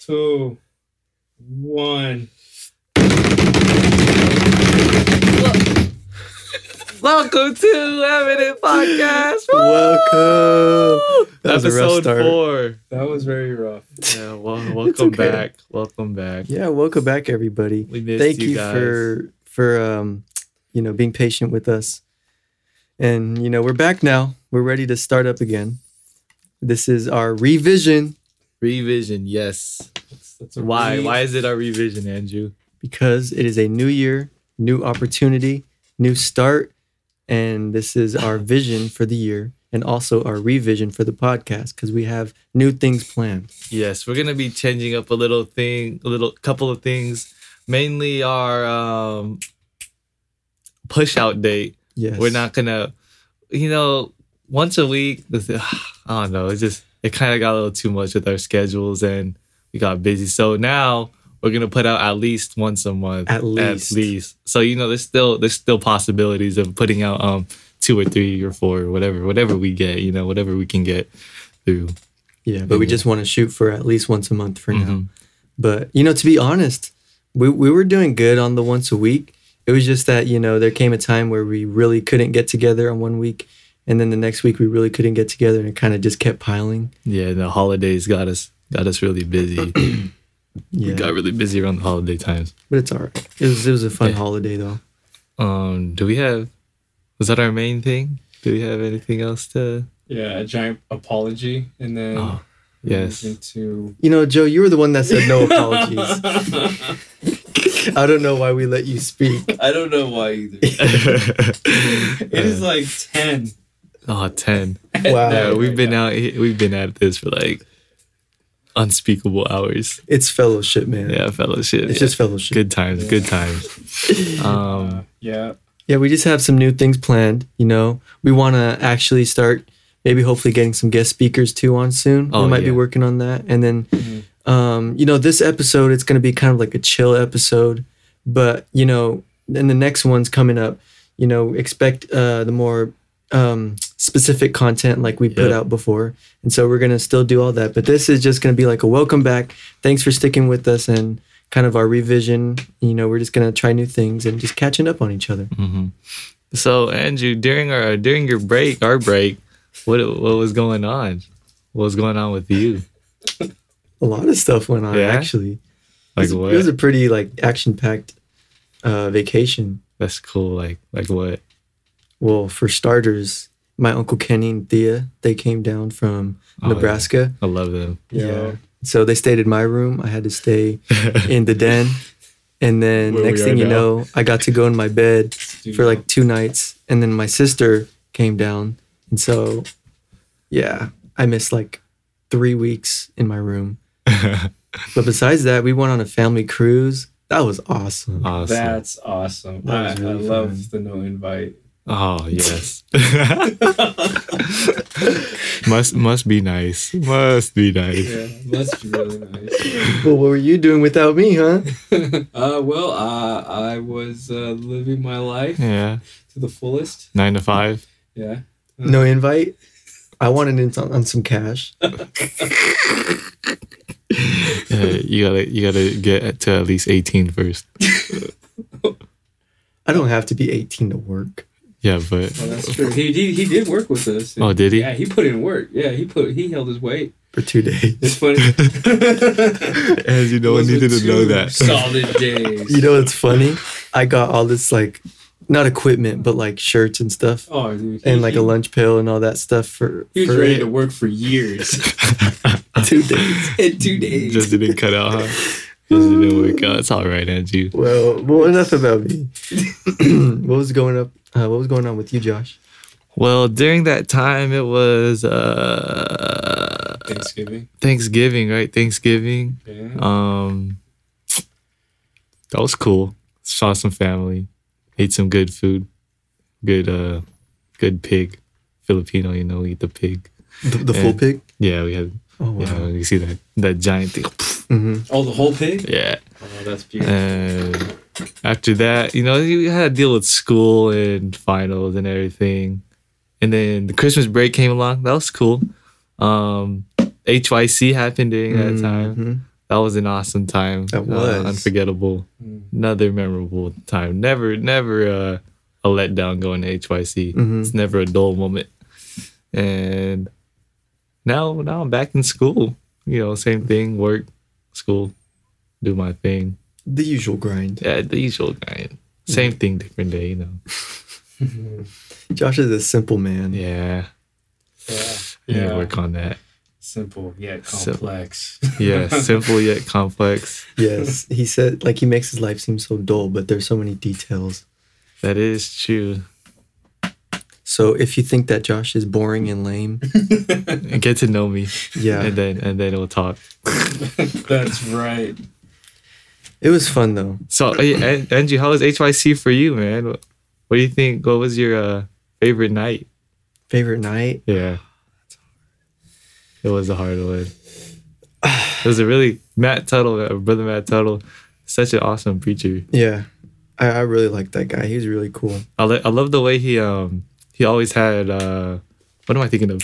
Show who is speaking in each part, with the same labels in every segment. Speaker 1: two, one.
Speaker 2: Welcome to Evident Podcast.
Speaker 3: Welcome. That was a rough
Speaker 2: Episode
Speaker 3: start.
Speaker 2: four.
Speaker 1: That was very rough.
Speaker 2: Yeah, well, welcome
Speaker 3: okay.
Speaker 2: back. Welcome back.
Speaker 3: Yeah, welcome back, everybody.
Speaker 2: We missed
Speaker 3: Thank
Speaker 2: you
Speaker 3: you
Speaker 2: guys.
Speaker 3: for for um, you know, being patient with us. And you know, we're back now. We're ready to start up again. This is our revision
Speaker 2: revision. Yes.
Speaker 1: That's, that's a
Speaker 2: Why?
Speaker 1: re-
Speaker 2: Why is it our revision, Andrew?
Speaker 3: because it is a new year, new opportunity, new start, and this is our vision for the year and also our revision for the podcast because we have new things planned.
Speaker 2: Yes, we're gonna be changing up a little thing, a little couple of things. Mainly our um, push out date.
Speaker 3: Yes.
Speaker 2: We're not gonna, you know, once a week. this- I don't know. It just it kind of got a little too much with our schedules and we got busy. So now we're gonna put out at least once a month.
Speaker 3: At least.
Speaker 2: At least. So you know, there's still there's still possibilities of putting out um two or three or four or whatever whatever we get. You know, whatever we can get through.
Speaker 3: Yeah, but we just want to shoot for at least once a month for now.
Speaker 2: Mhm.
Speaker 3: But you know, to be honest, we we were doing good on the once a week. It was just that you know there came a time where we really couldn't get together on one week, and then the next week we really couldn't get together, and it kind of just kept piling.
Speaker 2: Yeah, the holidays got us got us really busy. We
Speaker 3: Yeah,
Speaker 2: got really busy around the holiday times.
Speaker 3: but it's all right. It was it was a fun
Speaker 2: Yeah.
Speaker 3: holiday though.
Speaker 2: Um, do we have? Was that our main thing? Do we have anything else to?
Speaker 1: Yeah, a giant apology, and then
Speaker 2: Oh, yes.
Speaker 1: into
Speaker 3: You know, Joe, you were the one that said no apologies. I don't know why we let you speak.
Speaker 1: I don't know why either. It is
Speaker 2: uh,
Speaker 1: like ten.
Speaker 2: oh, 10.
Speaker 3: Wow,
Speaker 2: Yeah,
Speaker 1: we-
Speaker 2: we've been out. he- We've been at this for like unspeakable hours.
Speaker 3: it's fellowship, man.
Speaker 2: Yeah, fellowship.
Speaker 3: It's
Speaker 2: yeah.
Speaker 3: just fellowship.
Speaker 2: good times. Good times.
Speaker 1: Uh,
Speaker 2: Um,
Speaker 1: yeah,
Speaker 3: Yeah, we just have some new things planned. You know, we want to actually start maybe hopefully getting some guest speakers too on soon.
Speaker 2: Oh,
Speaker 3: we might
Speaker 2: yeah. Mm-hmm.
Speaker 3: be working on that. And then, um, you know, this episode, it's going to be kind of like a chill episode. But, you know, then the next one's coming up. You know, expect uh, the more um, specific content like we put
Speaker 2: Yep.
Speaker 3: out before. And so we're going to still do all that. But this is just going to be like a welcome back. Thanks for sticking with us and kind of our revision. You know, we're just going to try new things and just catching up on each other.
Speaker 2: mhm. So Andrew, during our during your break, our break, what what was going on? What was going on with you?
Speaker 3: a lot of stuff went on
Speaker 2: Yeah?
Speaker 3: actually. It
Speaker 2: Like
Speaker 3: was-
Speaker 2: what?
Speaker 3: It was a pretty like action packed uh, vacation.
Speaker 2: That's cool. Like like what?
Speaker 3: Well, for starters, my uncle Kenny and Thea they came down from
Speaker 2: Oh, yeah.
Speaker 3: Nebraska.
Speaker 2: I love them.
Speaker 1: Yeah.
Speaker 3: So they stayed in my room. I had to stay in the den, and then
Speaker 2: Where
Speaker 3: next
Speaker 2: we
Speaker 3: thing
Speaker 2: are
Speaker 3: you
Speaker 2: now.
Speaker 3: know, I got to go in my bed
Speaker 1: Dude,
Speaker 3: for like two nights, and then my sister came down, and so yeah, I missed like three weeks in my room. But besides that, we went on a family cruise. That was awesome.
Speaker 2: awesome.
Speaker 1: that's awesome.
Speaker 3: That was
Speaker 1: I, I
Speaker 3: really
Speaker 1: love
Speaker 3: fun.
Speaker 1: the no invite.
Speaker 2: Oh yes. must must be nice. Must be nice.
Speaker 1: Yeah, must be really nice.
Speaker 3: Well, what were you doing without me, huh?
Speaker 1: Uh, well, uh, I was uh, living my life
Speaker 2: Yeah.
Speaker 1: to the fullest.
Speaker 2: Nine to five.
Speaker 1: Yeah.
Speaker 3: No invite. I wanted in on, on some cash.
Speaker 2: Yeah, uh, you gotta you gotta get to at least 18 first.
Speaker 3: I don't have to be 18 to work.
Speaker 2: Yeah, but
Speaker 1: Well, Oh, that's true. He, he, he did work with us.
Speaker 2: oh, did he?
Speaker 1: Yeah, he put in work. Yeah, he put he held his weight.
Speaker 3: For two
Speaker 1: It's
Speaker 3: days.
Speaker 1: funny.
Speaker 2: As you
Speaker 1: Those were two Solid days.
Speaker 3: You know what's funny? I got all this like, not equipment, but like shirts and stuff,
Speaker 1: oh, dude, he-
Speaker 3: and like
Speaker 1: he,
Speaker 3: a lunch pill and all that stuff for,
Speaker 1: He was
Speaker 3: for
Speaker 1: ready to work for years.
Speaker 3: two days.
Speaker 1: In two days.
Speaker 2: Just didn't cut out, huh? Just didn't work out. It's all right, Andrew.
Speaker 3: Well, well, enough about me. what was going up? Uh, what was going on with you, Josh?
Speaker 2: Well, during that time, it was uh
Speaker 1: Thanksgiving.
Speaker 2: Thanksgiving, right? Thanksgiving.
Speaker 1: Yeah.
Speaker 2: Um, that was cool. Saw some family, ate some good food, good uh, good pig, Filipino. You know, we eat the pig.
Speaker 3: The, the
Speaker 2: Yeah.
Speaker 3: full pig.
Speaker 2: Yeah, we had.
Speaker 3: Oh
Speaker 2: You know, you see that that giant thing.
Speaker 3: hmm
Speaker 1: Oh, the whole pig.
Speaker 2: Yeah.
Speaker 1: Oh, that's beautiful.
Speaker 2: And after that, you know, you had to deal with school and finals and everything. And then the Christmas break came along. That was cool. Um, HYC happened during that time.
Speaker 3: Mhm.
Speaker 2: that was an awesome time. Uh,
Speaker 3: That was.
Speaker 2: unforgettable. Another memorable time. Never, never uh, a letdown going to HYC.
Speaker 3: Mhm.
Speaker 2: It's never a dull moment. And now, now I'm back in school. You know, same thing: work, school, do my thing.
Speaker 3: The usual grind.
Speaker 2: Yeah, the usual guy. Same
Speaker 3: Mm.
Speaker 2: thing, different day. You know.
Speaker 3: Josh is a simple man.
Speaker 2: Yeah,
Speaker 1: Yeah.
Speaker 2: I need
Speaker 1: Yeah.
Speaker 2: to work on that.
Speaker 1: Simple yet
Speaker 2: Sim-
Speaker 1: complex.
Speaker 2: Yeah, simple yet complex.
Speaker 3: Yes. He said like he makes his life seem so dull, but there's so many details.
Speaker 2: That is true.
Speaker 3: So if you think that Josh is boring and lame,
Speaker 2: Get to know me,
Speaker 3: yeah.
Speaker 2: and uh, then and then we'll talk.
Speaker 1: That's right.
Speaker 3: It was fun though.
Speaker 2: So, hey, An- Angie, how was HYC for you, man? What do you think? What was your uh, favorite night?
Speaker 3: Favorite night?
Speaker 2: Yeah. It was a hard one. It was a really Matt Tuttle, uh, brother Matt Tuttle, such an awesome preacher.
Speaker 3: Yeah. I, I really liked that guy. He was really cool.
Speaker 2: I, lo- I love the way he um he always had uh what am I thinking of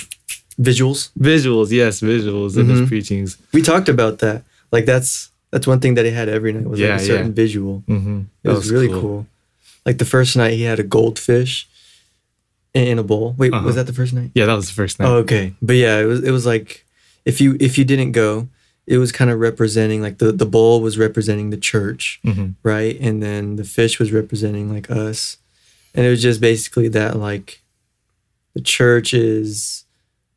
Speaker 3: Visuals.
Speaker 2: visuals? Yes, visuals in
Speaker 3: Mhm.
Speaker 2: his preachings.
Speaker 3: We talked about that. Like that's that's one thing that he had every night was
Speaker 2: Yeah,
Speaker 3: like a certain
Speaker 2: yeah.
Speaker 3: visual.
Speaker 2: Mm-hmm.
Speaker 3: It was, really cool. Like the first night he had a goldfish in in a bowl. Wait,
Speaker 2: Uh-huh.
Speaker 3: was that the first night?
Speaker 2: Yeah, that was the first night.
Speaker 3: Oh, okay. But yeah, it was it was like if you if you didn't go, it was kind of representing like the the bowl was representing the church,
Speaker 2: Mhm.
Speaker 3: right? And then the fish was representing like us. And it was just basically that like the church is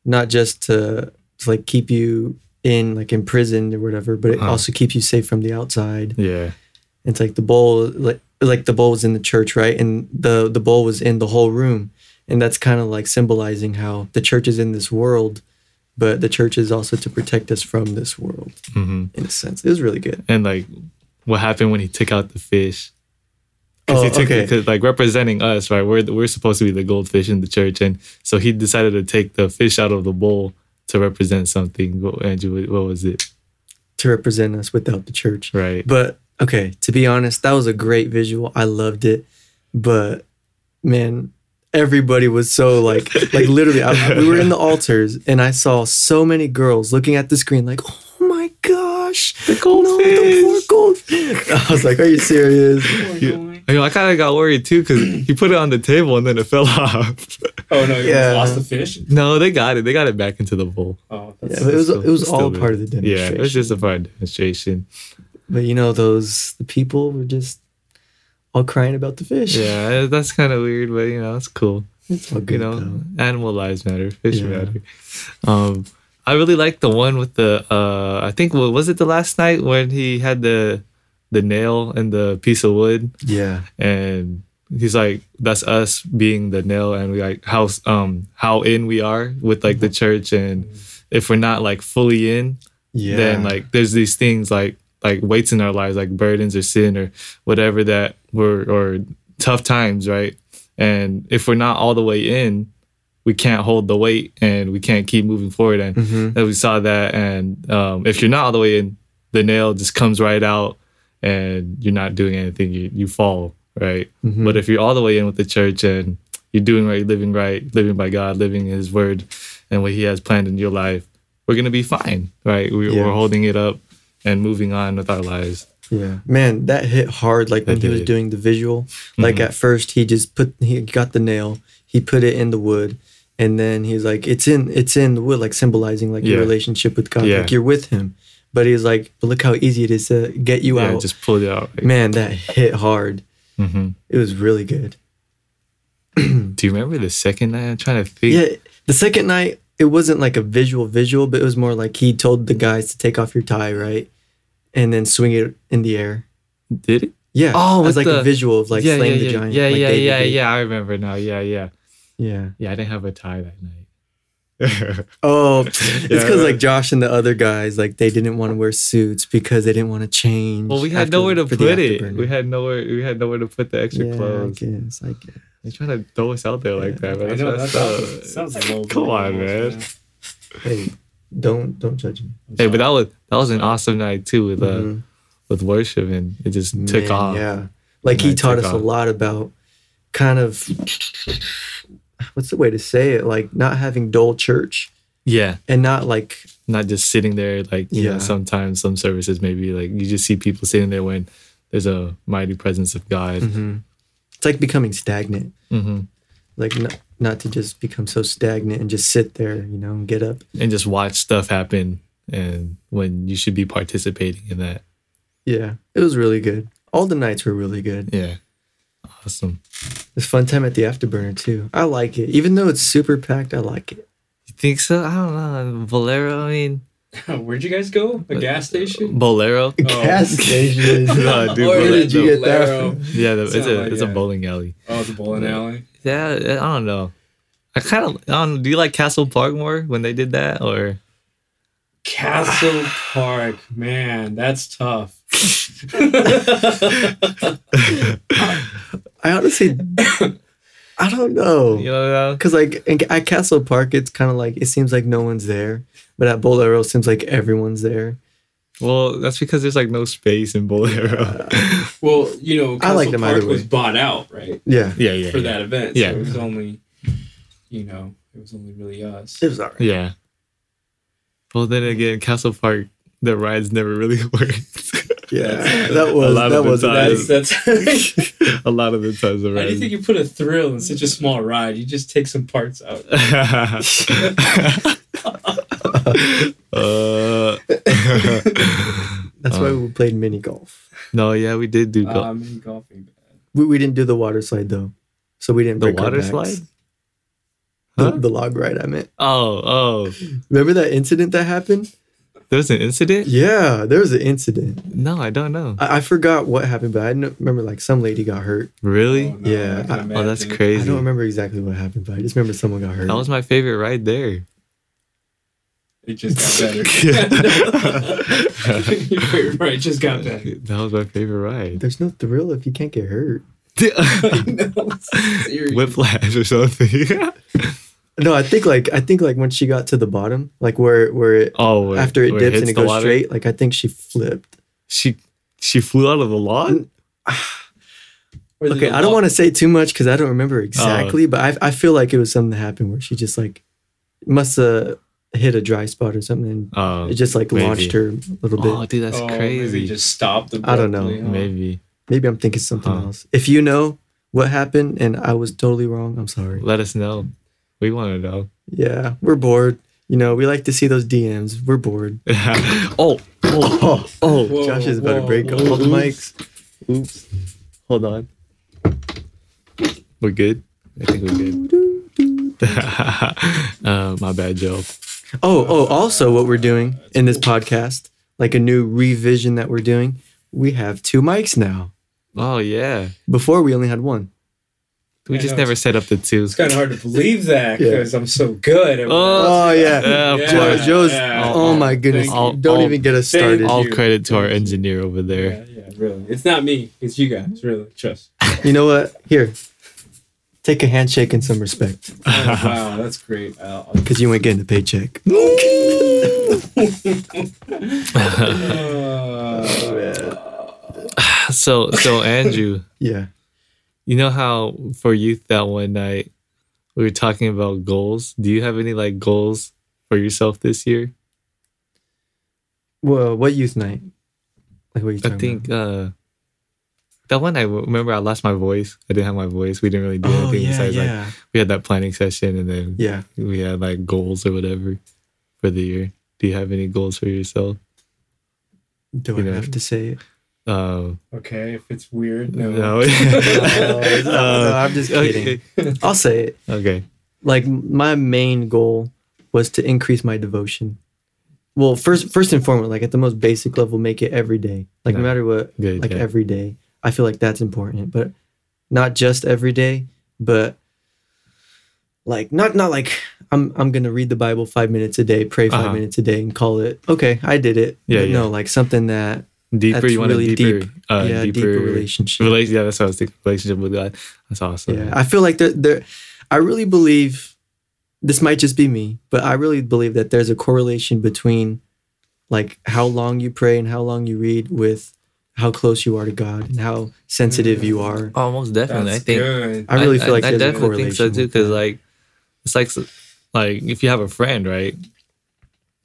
Speaker 3: not just to, to like keep you in like imprisoned or whatever, but it
Speaker 2: Uh-huh.
Speaker 3: also keeps you safe from the outside.
Speaker 2: Yeah.
Speaker 3: It's like the bowl, like like the bowl was in the church, right? And the the bowl was in the whole room, and that's kind of like symbolizing how the church is in this world, but the church is also to protect us from this world
Speaker 2: hmm
Speaker 3: in a sense. It was really good.
Speaker 2: and like what happened when he took out the fish. Because he
Speaker 3: Oh,
Speaker 2: took
Speaker 3: okay.
Speaker 2: cause, like representing us, right? We're the- we're supposed to be the goldfish in the church, and so he decided to take the fish out of the bowl to represent something. What, Andrew, what- what was it?
Speaker 3: to represent us without the church.
Speaker 2: Right?
Speaker 3: But okay, to be honest, that was a great visual. I loved it, but man. Everybody was so like, like literally, I, we were in the altars, and I saw so many girls looking at the screen, like, "Oh my gosh,
Speaker 2: The
Speaker 3: No, the poor goldfish. I was like, are you serious?
Speaker 2: You know, I kind of got worried too because he put it on the table and then it fell off.
Speaker 1: Oh no, you
Speaker 3: Yeah.
Speaker 1: lost the fish.
Speaker 2: no, they got it. They got it back into the bowl.
Speaker 1: Oh,
Speaker 3: Yeah,
Speaker 1: that's
Speaker 3: but it was
Speaker 2: Still-
Speaker 3: it was
Speaker 2: still
Speaker 3: all
Speaker 2: good.
Speaker 3: part of the
Speaker 2: Yeah,
Speaker 3: demonstration.
Speaker 2: it was just a part of the demonstration.
Speaker 3: but you know those the people were just all crying about the fish.
Speaker 2: Yeah, that's kind of weird, but you know, it's cool.
Speaker 3: it's all good
Speaker 2: you know,
Speaker 3: though.
Speaker 2: animal lives matter, fish
Speaker 3: Yeah.
Speaker 2: matter. Um, I really liked the one with the. Uh, I think wa- was it the last night when he had the the nail and the piece of wood,
Speaker 3: Yeah,
Speaker 2: and he's like, "That's us being the nail, and we like how s- um how in we are with like
Speaker 3: Mm-hmm.
Speaker 2: the church, and if we're not like fully in,
Speaker 3: yeah.
Speaker 2: then like there's these things like like weights in our lives like burdens or sin or whatever that were or tough times right and if we're not all the way in we can't hold the weight and we can't keep moving forward and
Speaker 3: Mhm.
Speaker 2: and we saw that and um, if you're not all the way in the nail just comes right out and you're not doing anything you, you fall right
Speaker 3: Mhm.
Speaker 2: but if you're all the way in with the church and you're doing right living right living by god living his word and what he has planned in your life we're gonna be fine right we,
Speaker 3: Yeah.
Speaker 2: we're holding it up and moving on with our lives
Speaker 3: yeah, man, that hit hard. Like when
Speaker 2: That
Speaker 3: he was
Speaker 2: did. Mm-hmm.
Speaker 3: doing the visual. Like at first, he just put he got the nail, he put it in the wood, and then he's like, "It's in it's in the wood," like symbolizing like your
Speaker 2: Yeah.
Speaker 3: relationship with God.
Speaker 2: Yeah.
Speaker 3: Like you're with Him. But he's like, "But look how easy it is to get you
Speaker 2: yeah
Speaker 3: out."
Speaker 2: just pull it out right?
Speaker 3: Man, that hit hard.
Speaker 2: Mhm.
Speaker 3: It was really good.
Speaker 2: do you remember the second night i'm trying to think
Speaker 3: Yeah, the second night it wasn't like a visual visual, but it was more like he told the guys to take off your tie, right, and then swing it in the air.
Speaker 2: did it
Speaker 3: Yeah.
Speaker 2: Oh,
Speaker 3: as
Speaker 2: with
Speaker 3: like a
Speaker 2: the-
Speaker 3: visual of like
Speaker 2: yeah yeah
Speaker 3: slaying the
Speaker 2: yeah
Speaker 3: giant.
Speaker 2: yeah
Speaker 3: like
Speaker 2: yeah
Speaker 3: David
Speaker 2: yeah,
Speaker 3: did.
Speaker 2: yeah i remember now yeah yeah
Speaker 3: Yeah.
Speaker 2: yeah i didn't have a tie that night
Speaker 3: Oh, it's
Speaker 2: Yeah.
Speaker 3: because like Josh and the other guys, like they didn't want to wear suits because they didn't want to change.
Speaker 2: well we had
Speaker 3: after-
Speaker 2: nowhere to
Speaker 3: for the
Speaker 2: put it
Speaker 3: afterburner.
Speaker 2: we had nowhere we had nowhere to put the extra
Speaker 3: yeah,
Speaker 2: clothes
Speaker 3: I guess. I guess.
Speaker 2: They're trying to throw us out there like that,
Speaker 1: I
Speaker 2: man. That's
Speaker 1: know, that
Speaker 2: messed up.
Speaker 1: sounds, sounds a little
Speaker 2: Come on,
Speaker 1: bit-
Speaker 2: man.
Speaker 3: Hey, don't don't judge me.
Speaker 2: Hey, but that was that was an awesome night too with uh
Speaker 3: Mhm.
Speaker 2: with worship and it just took
Speaker 3: Man,
Speaker 2: off.
Speaker 3: Yeah. Like
Speaker 2: And
Speaker 3: he
Speaker 2: I
Speaker 3: taught
Speaker 2: took
Speaker 3: us a
Speaker 2: off.
Speaker 3: lot about kind of what's the way to say it? Like not having dull church,
Speaker 2: Yeah,
Speaker 3: and not like
Speaker 2: not just sitting there like you
Speaker 3: Yeah.
Speaker 2: know sometimes some services maybe like you just see people sitting there when there's a mighty presence of God.
Speaker 3: it's like becoming stagnant.
Speaker 2: hmm
Speaker 3: Like not, not to just become so stagnant and just sit there, you know, and get up.
Speaker 2: and just watch stuff happen and when you should be participating in that.
Speaker 3: Yeah, it was really good. All the nights were really good.
Speaker 2: Yeah. Awesome.
Speaker 3: It's fun time at the afterburner too. I like it, even though it's super packed. I like it.
Speaker 2: You think so? I don't know. Bolero, I mean
Speaker 1: Where'd you guys go? A gas station?
Speaker 2: Bolero.
Speaker 1: Oh.
Speaker 3: Gas station.
Speaker 2: No, dude,
Speaker 1: Or
Speaker 3: Where did you get that?
Speaker 1: Bolero.
Speaker 3: from?
Speaker 2: Yeah, the, it's
Speaker 1: Sound
Speaker 2: a
Speaker 1: like,
Speaker 2: it's a
Speaker 1: yeah.
Speaker 2: bowling alley.
Speaker 1: Oh, the bowling alley.
Speaker 2: Yeah, I don't know. I kind of I don't. Do you like Castle Park more when they did that, or
Speaker 1: Castle Park, man, that's tough.
Speaker 3: I honestly, I don't know.
Speaker 2: you know?
Speaker 3: Cause like in, at Castle Park, it's kind of like it seems like no one's there, but at Bolero, it seems like everyone's there.
Speaker 2: Well, that's because there's like no space in Bolero.
Speaker 1: well, you know, Castle
Speaker 3: I like them
Speaker 1: Park
Speaker 3: either way.
Speaker 1: was bought out, right,
Speaker 3: Yeah,
Speaker 2: yeah, yeah,
Speaker 1: for
Speaker 2: yeah.
Speaker 1: that event.
Speaker 2: Yeah.
Speaker 1: so it was only, you know, it was only really us.
Speaker 3: it was alright.
Speaker 2: Yeah. Well, then again, Castle Park, the rides never really worked.
Speaker 3: Yeah, that was
Speaker 2: lot
Speaker 3: that
Speaker 2: of the
Speaker 3: was
Speaker 2: time.
Speaker 1: That's that's. How
Speaker 2: a lot of the times
Speaker 1: do
Speaker 2: the
Speaker 1: you
Speaker 2: rides.
Speaker 1: think you put a thrill in such a small ride? You just take some parts out.
Speaker 2: Uh,
Speaker 3: that's why we played mini golf.
Speaker 2: no, yeah, we did do
Speaker 3: Uh,
Speaker 2: go-
Speaker 1: Um, in golfing.
Speaker 3: We, we didn't do the water slide though, so we didn't
Speaker 2: the
Speaker 3: break our
Speaker 2: water
Speaker 3: backs.
Speaker 2: slide.
Speaker 3: The-
Speaker 2: Huh?
Speaker 3: the log ride. I meant.
Speaker 2: Oh, oh,
Speaker 3: Remember that incident that happened?
Speaker 2: there was an incident.
Speaker 3: Yeah, there was an incident.
Speaker 2: No, I don't know.
Speaker 3: I, I forgot what happened, but I kn- remember like some lady got hurt.
Speaker 2: Really?
Speaker 1: Oh, no,
Speaker 3: Yeah,
Speaker 1: I can
Speaker 3: I- oh,
Speaker 2: Oh, that's
Speaker 1: imagine.
Speaker 2: crazy.
Speaker 3: I don't remember exactly what happened, but I just remember someone got hurt.
Speaker 2: That was my favorite ride there.
Speaker 1: It just got better.
Speaker 2: Yeah.
Speaker 1: Your right, just got better.
Speaker 2: That was my favorite ride.
Speaker 3: There's no thrill if you can't get hurt.
Speaker 1: no, seriously.
Speaker 2: Whiplash or something.
Speaker 3: No, I think like I think like when she got to the bottom, like where where it
Speaker 2: oh, where-
Speaker 3: after it
Speaker 2: where
Speaker 3: dips and
Speaker 2: hits
Speaker 3: it
Speaker 2: the
Speaker 3: goes
Speaker 2: water.
Speaker 3: straight, like I think she flipped.
Speaker 2: She she flew out of the lawn.
Speaker 1: Or did
Speaker 3: Okay,
Speaker 1: the
Speaker 3: I don't
Speaker 1: wa-
Speaker 3: want to say too much because I don't
Speaker 2: Oh.
Speaker 3: remember exactly, but I I feel like it was something that happened where she just like must have hit a dry spot or something.
Speaker 2: Oh,
Speaker 3: And it just like
Speaker 2: maybe.
Speaker 3: launched her a little bit.
Speaker 2: oh, dude, that's
Speaker 1: Oh,
Speaker 2: crazy.
Speaker 1: Maybe just stopped.
Speaker 3: I don't know.
Speaker 1: abruptly, huh?
Speaker 2: Maybe.
Speaker 3: Maybe I'm thinking something
Speaker 2: Huh.
Speaker 3: else. If you know what happened and I was totally wrong, I'm sorry.
Speaker 2: Let us know. We want to know.
Speaker 3: Yeah, we're bored. You know, we like to see those DMs. We're bored.
Speaker 2: oh,
Speaker 3: Oh,
Speaker 2: oh,
Speaker 1: Whoa,
Speaker 3: Josh is about to
Speaker 1: whoa,
Speaker 3: break
Speaker 1: whoa.
Speaker 3: all the mics.
Speaker 2: oops. Hold on. We're good. I think we're good. uh, my bad, Joe.
Speaker 3: Oh, oh, also what we're doing in this podcast, like a new revision that we're doing, we have two mics now.
Speaker 2: Oh yeah,
Speaker 3: Before we only had one.
Speaker 2: we
Speaker 1: I
Speaker 2: just
Speaker 1: know.
Speaker 2: never set up the two.
Speaker 1: It's kind of hard to believe that
Speaker 3: Yeah.
Speaker 1: because I'm so good. At
Speaker 2: Oh,
Speaker 3: Oh yeah.
Speaker 2: Yeah, of
Speaker 3: Joe-
Speaker 2: course.
Speaker 3: Joe's
Speaker 1: Yeah.
Speaker 3: oh my goodness.
Speaker 2: Thank you.
Speaker 3: Don't
Speaker 2: All-
Speaker 3: even get us
Speaker 1: Thank
Speaker 3: started.
Speaker 2: All
Speaker 1: you.
Speaker 2: credit to our engineer over there.
Speaker 1: yeah, yeah, really. It's not me. It's you guys. Really, trust.
Speaker 3: You know what? Here. Take a handshake and some respect.
Speaker 1: Oh, wow, that's great. Uh, I'll- I'll-
Speaker 3: Cause you ain't getting a paycheck.
Speaker 1: Uh,
Speaker 2: So so Andrew,
Speaker 3: Yeah.
Speaker 2: you know how for youth that one night we were talking about goals. Do you have any like goals for yourself this year?
Speaker 3: Well, what youth night? Like what are you
Speaker 2: I
Speaker 3: talking
Speaker 2: think uh that one I w- remember I lost my voice. I didn't have my voice. We didn't really do
Speaker 3: about? Oh
Speaker 2: anything
Speaker 3: yeah,
Speaker 2: besides like
Speaker 3: yeah,
Speaker 2: we had that planning session and then
Speaker 3: yeah.
Speaker 2: we had like goals or whatever for the year. Do you have any goals for yourself?
Speaker 3: Do
Speaker 2: You
Speaker 3: I
Speaker 2: know.
Speaker 3: have to say it?
Speaker 2: Um
Speaker 1: okay, if it's weird, no.
Speaker 2: no.
Speaker 3: no, no, I'm just kidding. I'll say it.
Speaker 2: Okay. okay.
Speaker 3: Like my main goal was to increase my devotion. Well, first, first and foremost, like at the most basic level, make it every day. Like no
Speaker 2: Yeah.
Speaker 3: matter what,
Speaker 2: Good.
Speaker 3: like
Speaker 2: yeah.
Speaker 3: every day. I feel like that's important, but not just every day, but like not not like I'm I'm gonna read the Bible five minutes a day, pray 5
Speaker 2: Uh-huh.
Speaker 3: minutes a day, and call it okay. I did it.
Speaker 2: Yeah,
Speaker 3: But
Speaker 2: yeah.
Speaker 3: No, like something that
Speaker 2: deeper
Speaker 3: that's
Speaker 2: you want
Speaker 3: really
Speaker 2: a deeper
Speaker 3: deep.
Speaker 2: uh
Speaker 3: yeah,
Speaker 2: deeper,
Speaker 3: deeper
Speaker 2: relationship.
Speaker 3: relationship.
Speaker 2: yeah, that's what I was thinking. Relationship with God. That's awesome.
Speaker 3: Yeah, I feel like there, there. I really believe this might just be me, but I really believe that there's a correlation between like how long you pray and how long you read with how close you are to God and how sensitive you
Speaker 1: Mm.
Speaker 3: are.
Speaker 2: Oh, most
Speaker 1: That's
Speaker 2: definitely. I think
Speaker 1: good.
Speaker 3: I really feel like
Speaker 2: I
Speaker 3: there's a
Speaker 2: definitely think so
Speaker 3: correlation
Speaker 2: too.
Speaker 3: with
Speaker 2: Because
Speaker 3: that.
Speaker 2: like, it's like, s- like if you have a friend, right?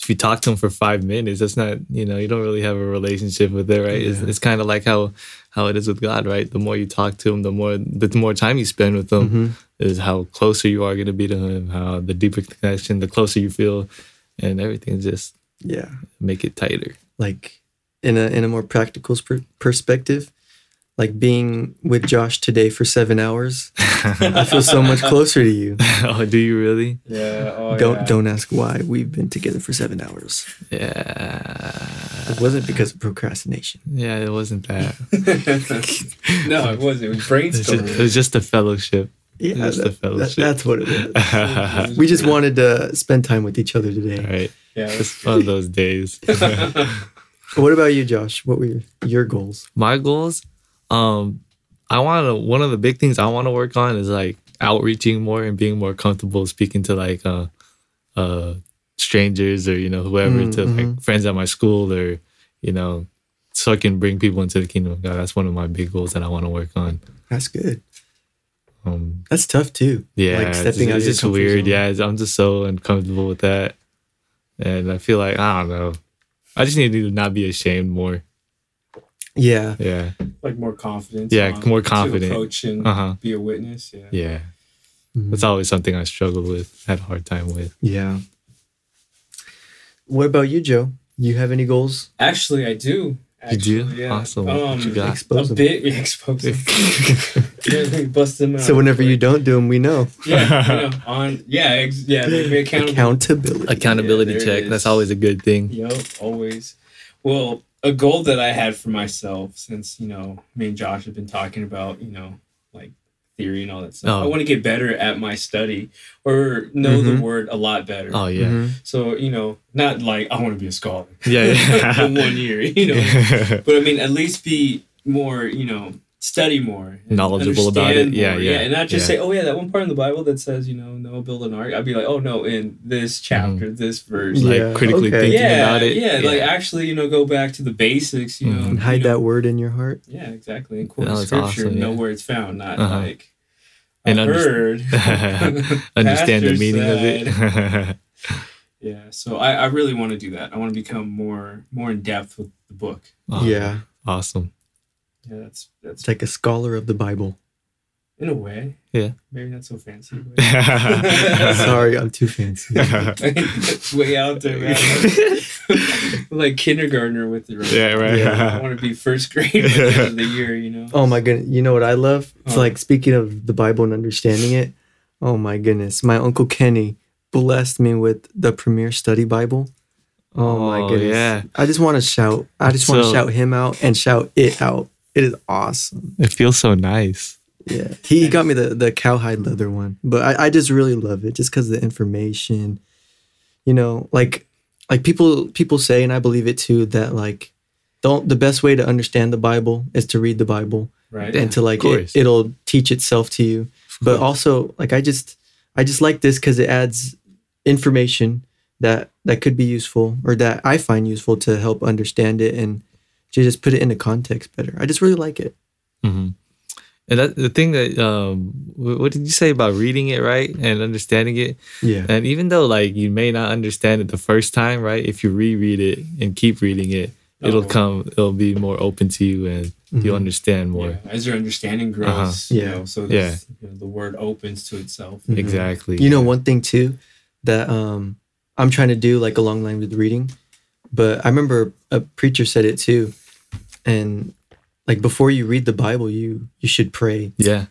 Speaker 2: if you talk to them for five minutes, that's not you know you don't really have a relationship with it, right? It's,
Speaker 1: Yeah.
Speaker 2: it's kind of like how how it is with God, right? The more you talk to Him, the more the more time you spend with Him
Speaker 1: Mm-hmm.
Speaker 3: Mhm.
Speaker 2: is how closer you are going to be to Him, how the deeper connection, the closer you feel, and everything just
Speaker 3: Yeah.
Speaker 2: make it tighter.
Speaker 3: like in a in a more practical per- perspective like being with Josh today for 7 hours I feel so much closer to you
Speaker 2: oh, do you really?
Speaker 1: Yeah. Oh,
Speaker 3: don't
Speaker 1: yeah.
Speaker 3: don't ask why we've been together for 7 hours
Speaker 2: Yeah,
Speaker 3: it wasn't because of procrastination
Speaker 2: yeah, it wasn't that.
Speaker 1: no, it wasn't. It was
Speaker 2: It was, just, it
Speaker 1: brainstorming.
Speaker 2: was just a fellowship.
Speaker 3: yeah
Speaker 2: That's the
Speaker 3: that- that-
Speaker 2: fellowship.
Speaker 3: that's what it was
Speaker 2: All
Speaker 3: we just wanted to spend time with each other today
Speaker 2: right,
Speaker 1: Yeah.
Speaker 2: it's one of those days.
Speaker 3: what about you Josh what were your, your goals
Speaker 2: my goals um i want to one of the big things i want to work on is like outreaching more and being more comfortable speaking to like uh uh strangers or you know whoever
Speaker 3: Mm,
Speaker 2: to
Speaker 3: mhm.
Speaker 2: like friends at my school or you know so i can bring people into the kingdom of god that's one of my big goals that i want to work on
Speaker 3: that's good
Speaker 2: um
Speaker 3: that's tough too
Speaker 2: yeah
Speaker 3: Like
Speaker 2: it's-
Speaker 3: stepping
Speaker 2: it's,
Speaker 3: out of your
Speaker 2: just
Speaker 3: comfort
Speaker 2: weird
Speaker 3: zone.
Speaker 2: yeah it's, i'm just so uncomfortable with that and i feel like i don't know i just need to not be ashamed more
Speaker 3: yeah
Speaker 2: yeah
Speaker 1: like more confidence.
Speaker 2: Yeah,
Speaker 1: on-
Speaker 2: more
Speaker 1: To
Speaker 2: confident.
Speaker 1: approach and
Speaker 2: uh-huh
Speaker 1: be a witness. Yeah.
Speaker 2: yeah
Speaker 3: Mhm.
Speaker 2: That's always something I struggled with, had a hard time with.
Speaker 3: yeah what about you Joe you have any goals
Speaker 1: Actually, I do.
Speaker 2: You do?
Speaker 1: Actually, Yeah.
Speaker 2: Awesome.
Speaker 1: Um,
Speaker 2: What you got?
Speaker 1: A
Speaker 3: expose them
Speaker 1: bit yeah, expose them. Yeah, we bust them out.
Speaker 3: so whenever you don't do them we know
Speaker 1: yeah, you know, on yeah, ex- yeah, make me accountable.
Speaker 3: accountability.
Speaker 2: Accountability
Speaker 1: Yeah, there it
Speaker 2: check.
Speaker 1: is.
Speaker 2: That's always a good thing.
Speaker 1: Yep, always. Well, a goal that I had for myself since, you know, me and Josh have been talking about, you know, like theory and all that stuff.
Speaker 2: Oh. Mm-hmm.
Speaker 1: I want to get better at my study or know
Speaker 3: Mhm.
Speaker 1: the word a lot better.
Speaker 2: Oh yeah.
Speaker 3: Mhm.
Speaker 1: So, you know, not like I want to be a scholar
Speaker 2: Yeah. yeah.
Speaker 1: in Mm-hmm. one year, you know. But I mean, at least be more, you know, study more, and
Speaker 2: Knowledgeable about it.
Speaker 1: understand
Speaker 2: Yeah, yeah,
Speaker 1: and not just
Speaker 2: yeah.
Speaker 1: say, "Oh yeah, that one part in the Bible that says, you know, no build an ark." I'd be like, "Oh no, in this chapter, this verse,
Speaker 2: Mm-hmm. like
Speaker 3: Yeah,
Speaker 2: critically
Speaker 3: okay.
Speaker 2: thinking
Speaker 1: yeah,
Speaker 2: about it.
Speaker 1: Yeah, like actually, you know, go back to the basics, you know.
Speaker 2: Mhm.
Speaker 3: And hide that word in your heart.
Speaker 1: that. Yeah, exactly. And quote
Speaker 2: No, it's
Speaker 1: scripture,
Speaker 2: awesome,
Speaker 1: know
Speaker 2: yeah.
Speaker 1: where it's found, not
Speaker 2: Uh-huh.
Speaker 1: like
Speaker 2: And
Speaker 1: I
Speaker 2: underst-
Speaker 1: heard.
Speaker 2: understand the
Speaker 1: pastor
Speaker 2: meaning of it.
Speaker 1: yeah, so I, I really want to do that. I want to become more more in depth with the book.
Speaker 2: Wow,
Speaker 3: Yeah,
Speaker 2: Oh, Awesome.
Speaker 1: Yeah, that's that's
Speaker 3: it's like a scholar of the Bible.
Speaker 1: in a way.
Speaker 2: Yeah.
Speaker 1: maybe not so fancy. But
Speaker 2: yeah.
Speaker 3: Sorry, I'm too fancy.
Speaker 1: it's way out there, man. like kindergartner with it. Right?
Speaker 2: Right.
Speaker 1: I want to be first grade by the end of the year. You know.
Speaker 3: oh my goodness, you know what I love? It's
Speaker 1: Huh.
Speaker 2: Oh.
Speaker 3: like speaking of the Bible and understanding it. Oh my goodness, my uncle Kenny blessed me with the Premier Study Bible. Oh, my
Speaker 2: Oh,
Speaker 3: goodness!
Speaker 2: yeah.
Speaker 3: I just want to shout. I just want to
Speaker 2: So-
Speaker 3: shout him out and shout it out. It is awesome.
Speaker 2: It feels so nice.
Speaker 3: Yeah, he got me the the cowhide leather one, but I, I just really love it just because the information, you know, like like people people say, and I believe it too, that like don't the best way to understand the Bible is to read the Bible
Speaker 1: Right.
Speaker 3: and to like
Speaker 2: course.
Speaker 3: it, it'll teach itself to you. But also like I just I just like this because it adds information that that could be useful or that I find useful to help understand it and to just put it into context better. I just really like it.
Speaker 2: hmm And that, the thing that um, wh- what did you say about reading it right and understanding it?
Speaker 3: Yeah.
Speaker 2: And even though like you may not understand it the first time, right? If you reread it and keep reading it, it'll
Speaker 1: Oh. Mm-hmm.
Speaker 2: come. It'll be more open to you, and
Speaker 3: Mm-hmm.
Speaker 2: you'll understand more.
Speaker 1: Yeah, as your understanding grows,
Speaker 2: Uh-huh.
Speaker 1: you
Speaker 3: Yeah.
Speaker 1: know, so this, you know, the word opens to itself.
Speaker 3: Mhm.
Speaker 2: Exactly.
Speaker 3: You know, one thing too that um, I'm trying to do, like along line with reading, but I remember a preacher said it too, and like before you read the Bible, you you should pray
Speaker 2: Yeah.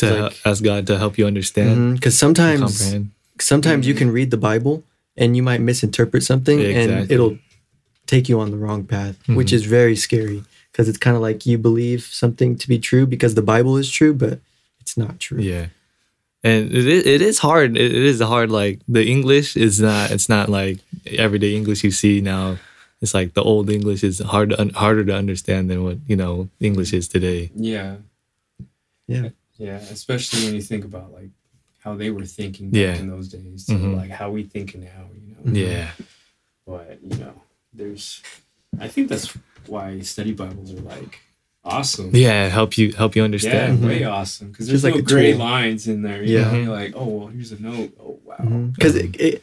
Speaker 2: To
Speaker 3: Like- Mm-hmm.
Speaker 2: he- ask God to help you
Speaker 3: because
Speaker 2: understand, and
Speaker 3: sometimes
Speaker 2: comprehend.
Speaker 3: sometimes you can read the Bible and you might misinterpret something, and
Speaker 2: Exactly.
Speaker 3: it'll take you on the wrong path, which
Speaker 2: Mhm.
Speaker 3: is very scary because it's kind of like you believe something to be true because the Bible is true, but it's not true.
Speaker 2: Yeah. And it is, it is hard. It it is hard. Like the English is not. It's not like everyday English you see now. It's like the old English is hard to un- harder to understand than what you know English is today.
Speaker 1: Yeah.
Speaker 3: Yeah.
Speaker 1: Yeah. Especially when you think about like how they were thinking
Speaker 2: Yeah.
Speaker 1: back in those days, to,
Speaker 2: Mhm.
Speaker 1: like how we think now, you know.
Speaker 3: Mhm.
Speaker 2: Yeah.
Speaker 1: But you know, there's, I think that's why study Bibles are like awesome.
Speaker 2: Yeah. Help you help you
Speaker 1: Yeah,
Speaker 2: understand.
Speaker 1: way awesome because there's
Speaker 3: Just Mm-hmm. like
Speaker 1: no
Speaker 3: a
Speaker 1: gray
Speaker 3: tool.
Speaker 1: lines in there.
Speaker 3: Yeah. Mm-hmm.
Speaker 2: Mm-hmm.
Speaker 1: yeah, you're like, oh well, here's a note. Oh wow,
Speaker 3: because it, it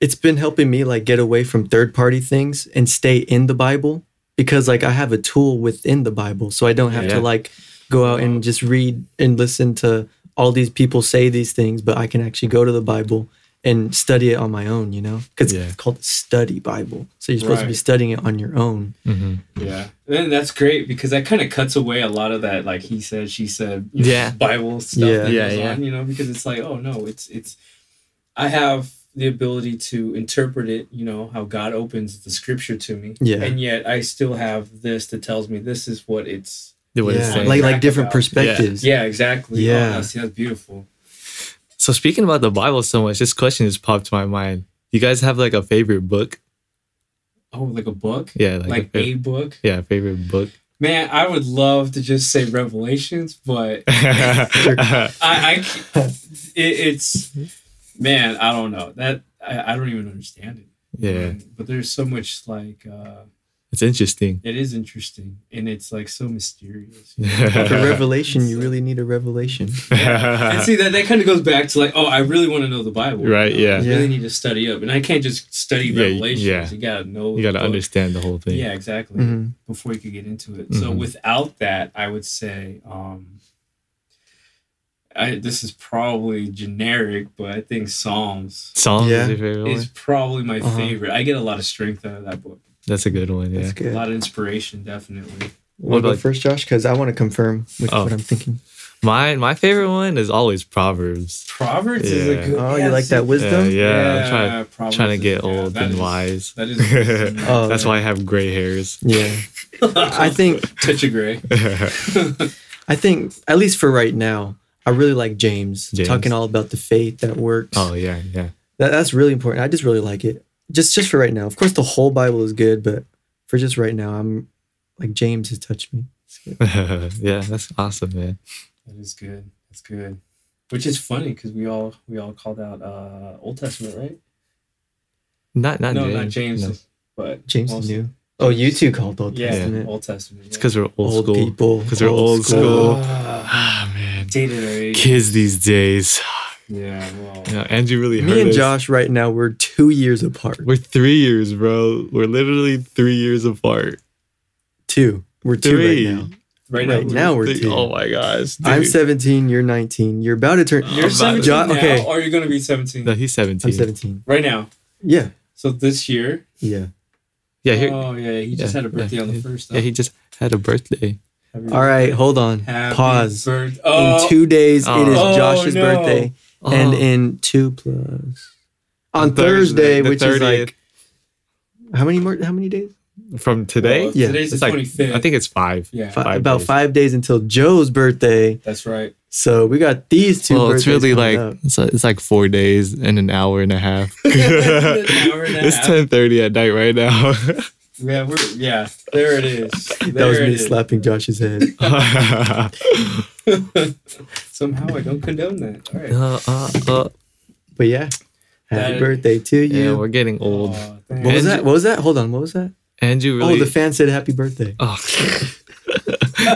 Speaker 3: it's been helping me like get away from third party things and stay in the Bible because like I have a tool within the Bible, so I don't have
Speaker 2: Yeah.
Speaker 3: to like go out and just read and listen to all these people say these things, but I can actually go to the Bible and study it on my own, you know? Because
Speaker 2: Yeah.
Speaker 3: it's called the study Bible. So you're supposed to be
Speaker 1: Right.
Speaker 3: studying it on your own.
Speaker 2: hmm
Speaker 1: Yeah, and that's great because that kind of cuts away a lot of that, like he said, she said, you know,
Speaker 2: Yeah.
Speaker 1: Bible stuff.
Speaker 3: Yeah.
Speaker 1: that
Speaker 2: Yeah,
Speaker 1: goes
Speaker 2: yeah.
Speaker 1: on, you know, because it's like, oh no, it's it's. I have the ability to interpret it, you know, how God opens the scripture to me,
Speaker 3: Yeah.
Speaker 1: and yet I still have this that tells me this is what it's.
Speaker 2: What it's
Speaker 3: Yeah,
Speaker 2: saying.
Speaker 3: Like
Speaker 1: Track
Speaker 3: like different
Speaker 1: about-
Speaker 3: perspectives.
Speaker 1: Yeah, exactly. Oh,
Speaker 3: Yeah.
Speaker 1: see, that's beautiful.
Speaker 2: so speaking about the Bible so much, this question just popped to my mind. You guys have like a favorite book?
Speaker 1: Oh, like a book,
Speaker 2: Yeah, like, a
Speaker 1: like
Speaker 2: favorite-
Speaker 1: a book.
Speaker 2: yeah, favorite book.
Speaker 1: Man, I would love to just say Revelations, but I, I c- it, it's man, I don't know that I, I don't even understand it.
Speaker 2: yeah,
Speaker 1: And- but there's so much like uh,
Speaker 2: it's interesting.
Speaker 1: it is interesting and it's like so mysterious. you know?
Speaker 3: For
Speaker 2: yeah,
Speaker 3: revelation, you really need a revelation.
Speaker 1: and see that that kind of goes back to like, oh, I really want to know the Bible,
Speaker 2: Right,
Speaker 1: you know?
Speaker 2: yeah.
Speaker 1: I really
Speaker 3: Yeah.
Speaker 1: need to study up, and I can't just study
Speaker 2: Yeah,
Speaker 1: Revelations.
Speaker 2: yeah.
Speaker 1: You gotta know.
Speaker 2: you got to
Speaker 1: the book.
Speaker 2: understand the whole thing.
Speaker 1: Yeah, exactly.
Speaker 3: Mhm.
Speaker 1: Before you could get into it. So
Speaker 3: Mm-hmm.
Speaker 2: Mhm.
Speaker 1: without that, I would say um I this is probably generic, but I think Psalms
Speaker 2: Psalms
Speaker 3: Yeah.
Speaker 2: is your favorite
Speaker 1: is
Speaker 2: one.
Speaker 1: probably my
Speaker 3: Uh-huh.
Speaker 1: favorite. I get a lot of strength out of that book.
Speaker 2: That's a good one. Yeah.
Speaker 3: That's good.
Speaker 1: A lot of inspiration, definitely.
Speaker 2: What
Speaker 3: What about
Speaker 2: about-
Speaker 3: first, Josh? Because I want to confirm with
Speaker 2: Oh.
Speaker 3: what I'm thinking.
Speaker 2: My my favorite one is always Proverbs.
Speaker 1: Proverbs is
Speaker 2: Yeah.
Speaker 1: a good
Speaker 3: Oh,
Speaker 1: yeah,
Speaker 3: you like
Speaker 1: see-
Speaker 3: that
Speaker 2: Yeah,
Speaker 3: wisdom?
Speaker 2: yeah, I'm trying,
Speaker 1: Proverbs
Speaker 2: trying to
Speaker 1: is-
Speaker 2: get
Speaker 1: yeah,
Speaker 2: old
Speaker 1: that
Speaker 2: and
Speaker 1: is-
Speaker 2: wise.
Speaker 1: That is
Speaker 3: Oh,
Speaker 2: That's
Speaker 3: yeah.
Speaker 2: why I have gray hairs.
Speaker 3: Yeah. I think
Speaker 1: touch of gray.
Speaker 3: I think at least for right now, I really like James,
Speaker 2: James.
Speaker 3: talking all about the faith that works.
Speaker 2: oh yeah, yeah.
Speaker 3: That, that's really important. I just really like it. Just just for right now. Of course, the whole Bible is good, but for just right now, I'm like James has touched me. It's good.
Speaker 2: yeah, that's awesome, man.
Speaker 1: That is good. That's good. Which is funny because we all we all called out uh Old Testament, right?
Speaker 2: Not not
Speaker 1: no,
Speaker 2: James.
Speaker 1: not James,
Speaker 2: no.
Speaker 1: but
Speaker 3: James
Speaker 1: most-
Speaker 3: is new. Oh, you two called Old
Speaker 1: Yeah,
Speaker 3: Testament.
Speaker 1: Old Testament.
Speaker 2: It's because we're old, school.
Speaker 3: people.
Speaker 2: 'Cause we're old school.
Speaker 1: Ah,
Speaker 2: Ah man,
Speaker 1: dated already.
Speaker 2: kids these days.
Speaker 1: Yeah, well,
Speaker 2: You know, Andrew really hurt
Speaker 3: Me and
Speaker 2: us.
Speaker 3: Josh right now we're two years apart.
Speaker 2: We're three years, bro. We're literally three years apart.
Speaker 3: two. We're two
Speaker 2: Three.
Speaker 3: right now.
Speaker 1: right,
Speaker 3: Right now we're
Speaker 2: Three-
Speaker 3: two.
Speaker 2: Oh my gosh. Dude.
Speaker 3: I'm 17. You're 19. You're about to turn.
Speaker 1: you're
Speaker 2: I'm about
Speaker 1: 17
Speaker 2: to-
Speaker 3: Jo-
Speaker 1: now,
Speaker 3: okay.
Speaker 1: or you're gonna be 17
Speaker 2: No, he's 17.
Speaker 3: I'm 17.
Speaker 1: right now.
Speaker 3: Yeah.
Speaker 1: So this year,
Speaker 3: Yeah.
Speaker 2: Yeah, here,
Speaker 1: oh yeah, he just
Speaker 2: yeah,
Speaker 1: had a birthday on the first.
Speaker 2: yeah, he just had a birthday.
Speaker 3: All right. Hold on. Pause.
Speaker 1: Birth- oh,
Speaker 3: In two days, it is
Speaker 1: Oh.
Speaker 3: Josh's
Speaker 1: Oh, no.
Speaker 3: birthday, and
Speaker 2: Oh.
Speaker 3: in two plus on
Speaker 2: Thursday,
Speaker 3: Thursday,
Speaker 2: the
Speaker 3: which
Speaker 2: 30th.
Speaker 3: is like how many more? How many days?
Speaker 2: Oh. from today,
Speaker 1: well,
Speaker 3: Yeah,
Speaker 1: oh, today's the
Speaker 2: it's like
Speaker 1: 25th.
Speaker 2: I think it's five.
Speaker 1: yeah,
Speaker 3: Fi-
Speaker 2: Five
Speaker 3: about
Speaker 2: days.
Speaker 3: five days until Joe's birthday.
Speaker 1: that's right.
Speaker 3: So we got these two.
Speaker 2: well, it's
Speaker 3: birthdays
Speaker 2: really
Speaker 3: coming
Speaker 2: like
Speaker 3: up.
Speaker 2: it's, it's like four days and an hour and a half.
Speaker 1: An hour and a
Speaker 2: it's
Speaker 1: half.
Speaker 2: ten thirty at night right now.
Speaker 1: Yeah, we're yeah. There it is.
Speaker 3: that was
Speaker 1: There it
Speaker 3: me
Speaker 1: is.
Speaker 3: slapping Josh's head.
Speaker 2: uh,
Speaker 1: Somehow I don't condone that. All right.
Speaker 2: uh, uh,
Speaker 3: But yeah, happy
Speaker 1: That-
Speaker 3: birthday to
Speaker 2: yeah,
Speaker 3: you.
Speaker 2: we're getting old.
Speaker 1: Aw,
Speaker 3: what was
Speaker 1: thanks.
Speaker 3: that? What was that? Hold on. What was that?
Speaker 2: Andrew really.
Speaker 3: Oh, the fan said happy birthday.
Speaker 2: Oh.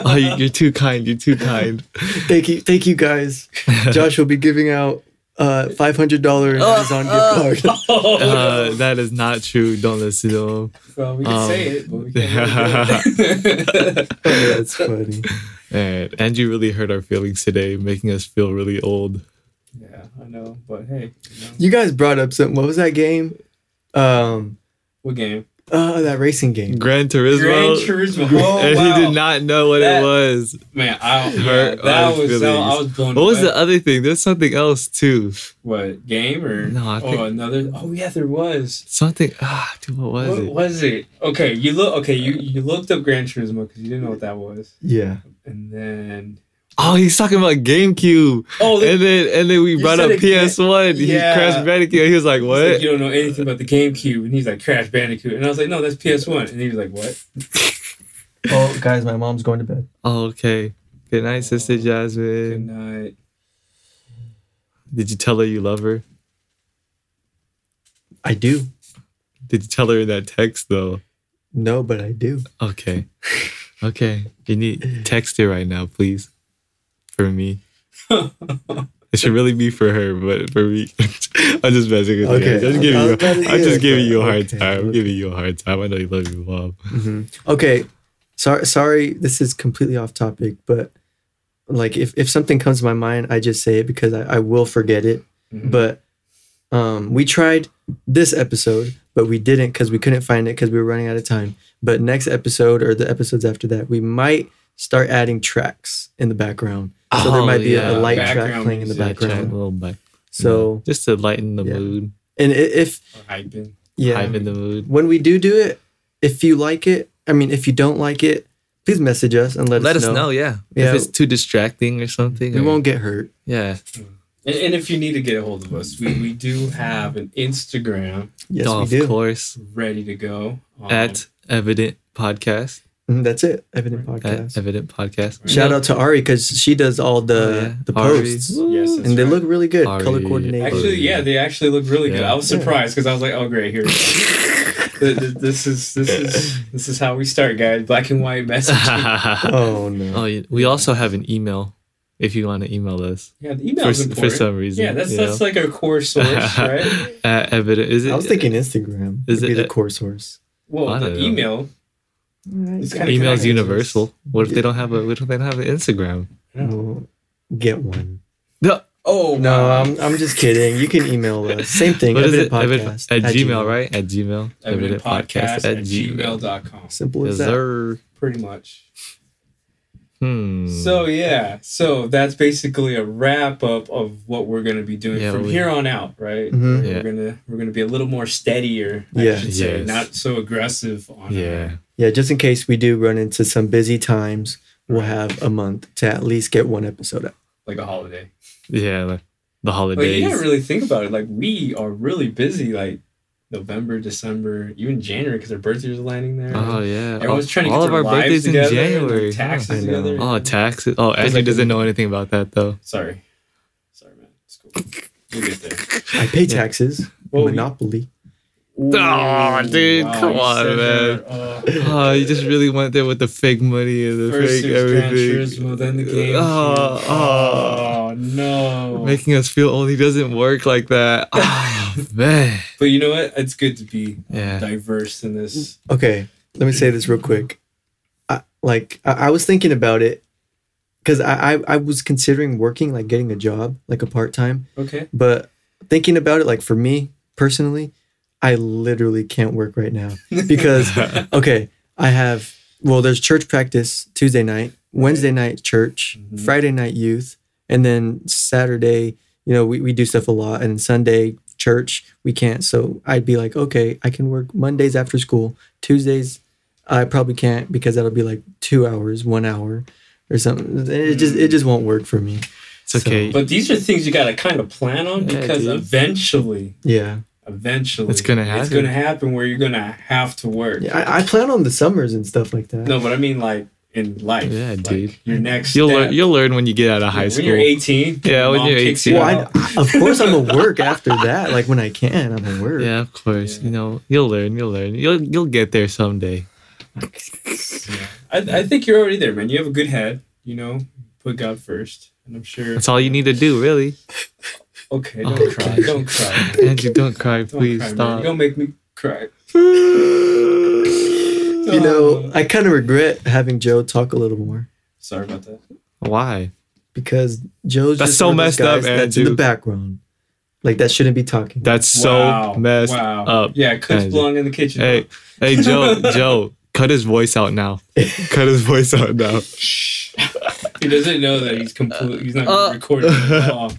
Speaker 2: Oh, you- you're too kind. You're too kind.
Speaker 3: Thank you, thank you guys. Josh will be giving out uh five hundred dollar Amazon gift card.
Speaker 1: Oh,
Speaker 2: Uh, that is not true. Don't listen to him.
Speaker 1: well, we can
Speaker 2: um,
Speaker 1: say it, but we can't. really do it.
Speaker 3: That's funny.
Speaker 2: And Andrew really hurt our feelings today, making us feel really old.
Speaker 1: yeah, I know. But hey, you know,
Speaker 3: You guys brought up something. What was that game? Um,
Speaker 1: what game?
Speaker 3: oh, that racing game.
Speaker 2: Gran Turismo.
Speaker 1: Gran Turismo. Oh,
Speaker 2: and
Speaker 1: wow.
Speaker 2: he did not know what
Speaker 1: That-
Speaker 2: it was.
Speaker 1: Man, I, yeah,
Speaker 2: Hurt our
Speaker 1: that was that, I
Speaker 2: feelings.
Speaker 1: was blown.
Speaker 2: What was
Speaker 1: away.
Speaker 2: the other thing? There's something else too.
Speaker 1: what game or
Speaker 2: No, I
Speaker 1: oh,
Speaker 2: think-
Speaker 1: another? Oh yeah, there was.
Speaker 2: Something. Ah, dude, what was
Speaker 1: what
Speaker 2: it?
Speaker 1: was it? Okay, you look. Okay, you you looked up Gran Turismo because you didn't know what that was,
Speaker 3: Yeah.
Speaker 1: and then
Speaker 2: Oh, he's talking about GameCube.
Speaker 1: oh,
Speaker 2: And then and then we
Speaker 1: You
Speaker 2: brought
Speaker 1: said
Speaker 2: up
Speaker 1: it can't-
Speaker 2: PS1. He
Speaker 1: Yeah.
Speaker 2: crashed Bandicoot. He was like,
Speaker 1: He's
Speaker 2: what?
Speaker 1: Like, you don't know anything about the GameCube. And he's like, Crash Bandicoot. And I was like, no, that's PS1. And he was like, what?
Speaker 3: Oh, guys, my mom's going to bed.
Speaker 2: oh, okay. Good night, Sister
Speaker 1: Good
Speaker 2: Jasmine.
Speaker 1: night.
Speaker 2: Did you tell her you love her?
Speaker 3: I do.
Speaker 2: Did you tell her in that text though?
Speaker 3: No, but I do.
Speaker 2: Okay. Okay. You need text it right now, please. For me. It should really be for her, but for me, I'm just messing with
Speaker 3: Okay.
Speaker 2: you. guys. I'm just
Speaker 3: I
Speaker 2: giving
Speaker 3: was
Speaker 2: you,
Speaker 3: about to
Speaker 2: I'm
Speaker 3: get
Speaker 2: just
Speaker 3: it,
Speaker 2: giving
Speaker 3: but-
Speaker 2: you a hard
Speaker 3: okay,
Speaker 2: time. I'm
Speaker 3: okay.
Speaker 2: giving you a hard time. I know you love your mom.
Speaker 3: Mhm. Okay. Sorry, sorry, this is completely off topic, but like if, if something comes to my mind, I just say it because I, I will forget it.
Speaker 1: Mhm.
Speaker 3: But um, we tried this episode, but we didn't because we couldn't find it because we were running out of time. But next episode or the episodes after that, we might start adding tracks in the background. So there
Speaker 2: Oh,
Speaker 3: might be a- a,
Speaker 2: yeah.
Speaker 3: light track
Speaker 1: Background
Speaker 3: playing in the
Speaker 1: music,
Speaker 2: Yeah, try a
Speaker 3: background.
Speaker 2: little bit.
Speaker 3: So,
Speaker 2: just to lighten the
Speaker 3: Yeah.
Speaker 2: mood,
Speaker 3: and i- if,
Speaker 1: Or hyping.
Speaker 3: yeah.
Speaker 2: hype in the mood.
Speaker 3: when we do do it, if you like it, I mean, if you don't like it, please message us and let,
Speaker 2: Let us know, yeah.
Speaker 3: Yeah.
Speaker 2: If it's too distracting or something.
Speaker 3: We
Speaker 2: or-
Speaker 3: won't get hurt.
Speaker 2: Yeah.
Speaker 1: And, and if you need to get a hold of us, we, we do have an Instagram
Speaker 3: Yes,
Speaker 2: Oh,
Speaker 3: we
Speaker 2: of
Speaker 3: do.
Speaker 2: course.
Speaker 1: ready to go. Um,
Speaker 2: At Evident Podcast.
Speaker 3: Mhm, that's it. Evident
Speaker 2: At
Speaker 3: podcast.
Speaker 2: Evident Podcast.
Speaker 3: Shout out to Ari because she does all the
Speaker 2: Oh, yeah.
Speaker 3: the
Speaker 2: Ari.
Speaker 3: posts,
Speaker 2: Woo.
Speaker 1: Yes, that's
Speaker 3: and they
Speaker 1: right.
Speaker 3: look really good,
Speaker 2: Ari.
Speaker 3: color coordinated.
Speaker 1: Actually, yeah, they actually look really good.
Speaker 2: Yeah.
Speaker 1: I was surprised because I was like, "Oh, great, here." it is." Th- th- this is this is this is how we start, guys. Black and white messaging.
Speaker 3: oh no.
Speaker 2: oh, yeah. we also have an email if you want to email us
Speaker 1: Yeah, the
Speaker 2: for,
Speaker 1: email is
Speaker 2: s- for
Speaker 1: important.
Speaker 2: some reason.
Speaker 1: yeah, that's
Speaker 2: you
Speaker 1: that's
Speaker 2: know?
Speaker 1: like a core source, right?
Speaker 2: At Evident. Is it?
Speaker 3: I was thinking Instagram
Speaker 2: Is
Speaker 3: would be
Speaker 2: it-
Speaker 3: the core source.
Speaker 1: Well,
Speaker 2: I don't
Speaker 1: the
Speaker 2: know.
Speaker 1: email. It's kinda
Speaker 2: uh, Email's
Speaker 1: connected.
Speaker 2: universal. What if they don't have a? What if they don't have an Instagram?
Speaker 3: We'll get one.
Speaker 2: No,
Speaker 1: Oh
Speaker 3: No,
Speaker 1: wow.
Speaker 3: I'm, I'm just kidding. You can email us. Same thing.
Speaker 2: what is
Speaker 3: Evident
Speaker 2: it? Evident-
Speaker 3: Podcast
Speaker 2: at, Gmail, right? At Gmail.
Speaker 1: Evident podcast at
Speaker 2: gmail.
Speaker 1: gmail.com.
Speaker 3: Simple
Speaker 2: Is
Speaker 3: as that.
Speaker 2: there?
Speaker 1: Pretty much.
Speaker 2: Hmm.
Speaker 1: So yeah, so that's basically a wrap up of what we're gonna be doing
Speaker 2: Yeah,
Speaker 1: from
Speaker 2: we-
Speaker 1: here on out, right?
Speaker 3: Mhm.
Speaker 1: We're
Speaker 2: Yeah.
Speaker 1: gonna we're gonna be a little more steadier. I
Speaker 3: Yeah.
Speaker 1: should say,
Speaker 2: Yes.
Speaker 1: not so aggressive on. uh, our-
Speaker 2: yeah,
Speaker 3: Yeah, just in case we do run into some busy times, we'll have a month to at least get one episode out.
Speaker 1: like a holiday.
Speaker 2: yeah, like the
Speaker 1: Like you
Speaker 2: holidays.
Speaker 1: gotta really think about it. Like we are really busy. Like November, December, even January because our birthdays are lining there.
Speaker 2: Oh yeah,
Speaker 1: Everyone's
Speaker 2: all,
Speaker 1: trying to get
Speaker 2: all of
Speaker 1: their
Speaker 2: our
Speaker 1: lives
Speaker 2: birthdays
Speaker 1: together,
Speaker 2: in January.
Speaker 1: their
Speaker 3: I
Speaker 1: taxes
Speaker 3: know.
Speaker 1: together.
Speaker 2: Oh, taxes. Oh, Andrew
Speaker 1: like a-
Speaker 2: doesn't know anything about that though.
Speaker 1: Sorry, sorry, man. It's cool. We'll get there.
Speaker 3: I pay taxes.
Speaker 1: Well,
Speaker 3: Monopoly.
Speaker 2: Aw,
Speaker 1: Ooh,
Speaker 2: dude, come
Speaker 1: you
Speaker 2: on,
Speaker 1: said
Speaker 2: man.
Speaker 1: that, uh,
Speaker 2: Oh, you just really went there with the fake money and the
Speaker 1: First
Speaker 2: fake
Speaker 1: six transfers
Speaker 2: everything.
Speaker 1: within the game.
Speaker 2: Oh, oh.
Speaker 1: Oh, no.
Speaker 2: Making us feel old. He doesn't work like that. Oh man.
Speaker 1: but you know what? It's good to be
Speaker 2: Yeah.
Speaker 1: diverse in this.
Speaker 3: Okay, let me say this real quick. I, like I, I was thinking about it because I, I I was considering working like getting a job like a part time,
Speaker 1: Okay.
Speaker 3: but thinking about it like for me personally, I literally can't work right now because okay, I have well, there's church practice Tuesday night, Wednesday night church,
Speaker 1: Mhm.
Speaker 3: Friday night youth, and then Saturday, you know, we, we do stuff a lot, and Sunday church we can't. So I'd be like, okay, I can work Mondays after school, Tuesdays I probably can't because that'll be like two hours, one hour, or something. It just it just won't work for me.
Speaker 2: It's okay.
Speaker 1: But these are things you got to kind of plan on
Speaker 2: Yeah,
Speaker 1: because
Speaker 2: dude.
Speaker 1: eventually,
Speaker 3: Yeah,
Speaker 1: eventually,
Speaker 2: It's gonna
Speaker 1: It's
Speaker 2: happen.
Speaker 1: going to happen where you're going to have to work.
Speaker 3: yeah. I, I plan on the summers and stuff like that.
Speaker 1: No, but I mean like in life.
Speaker 2: Yeah,
Speaker 1: like,
Speaker 2: dude.
Speaker 1: Your next
Speaker 2: You'll
Speaker 1: step.
Speaker 2: learn you'll learn when you get out of high
Speaker 1: when
Speaker 2: school.
Speaker 1: you're 18.
Speaker 2: Yeah,
Speaker 1: your
Speaker 2: when
Speaker 1: mom
Speaker 2: you're
Speaker 1: kicks
Speaker 2: 18.
Speaker 1: you
Speaker 3: Well, I,
Speaker 1: out.
Speaker 3: of course I'm gonna work after that. Like when I can, I'm gonna work.
Speaker 2: Yeah, of course.
Speaker 1: Yeah.
Speaker 2: You know, you'll learn, you'll learn. You'll you'll get there someday.
Speaker 1: I, I think you're already there, man. You have a good head. You know, put God first, and I'm sure.
Speaker 2: That's all you need to do, really.
Speaker 1: Okay,
Speaker 2: Oh,
Speaker 1: don't cry.
Speaker 2: God.
Speaker 1: Don't cry. man.
Speaker 2: Andrew, don't cry,
Speaker 1: Don't
Speaker 2: please
Speaker 1: cry, man.
Speaker 2: stop.
Speaker 1: You don't make me cry.
Speaker 3: You know, I kind of regret having Joe talk a little more
Speaker 1: Sorry about that.
Speaker 2: Why?
Speaker 3: because Joe's
Speaker 2: That's
Speaker 3: just
Speaker 2: so
Speaker 3: one of those
Speaker 2: messed up,
Speaker 3: guys That's in the
Speaker 2: Andrew.
Speaker 3: background, like that shouldn't be talking.
Speaker 2: That's so
Speaker 1: Wow,
Speaker 2: messed
Speaker 1: wow.
Speaker 2: up.
Speaker 1: Yeah, cooks
Speaker 2: Andrew.
Speaker 1: belong in the kitchen.
Speaker 2: Hey, hey, Joe, Joe, cut his voice out now. Cut his voice out now.
Speaker 1: He doesn't know that he's complete. He's not
Speaker 2: Uh,
Speaker 1: recording at all.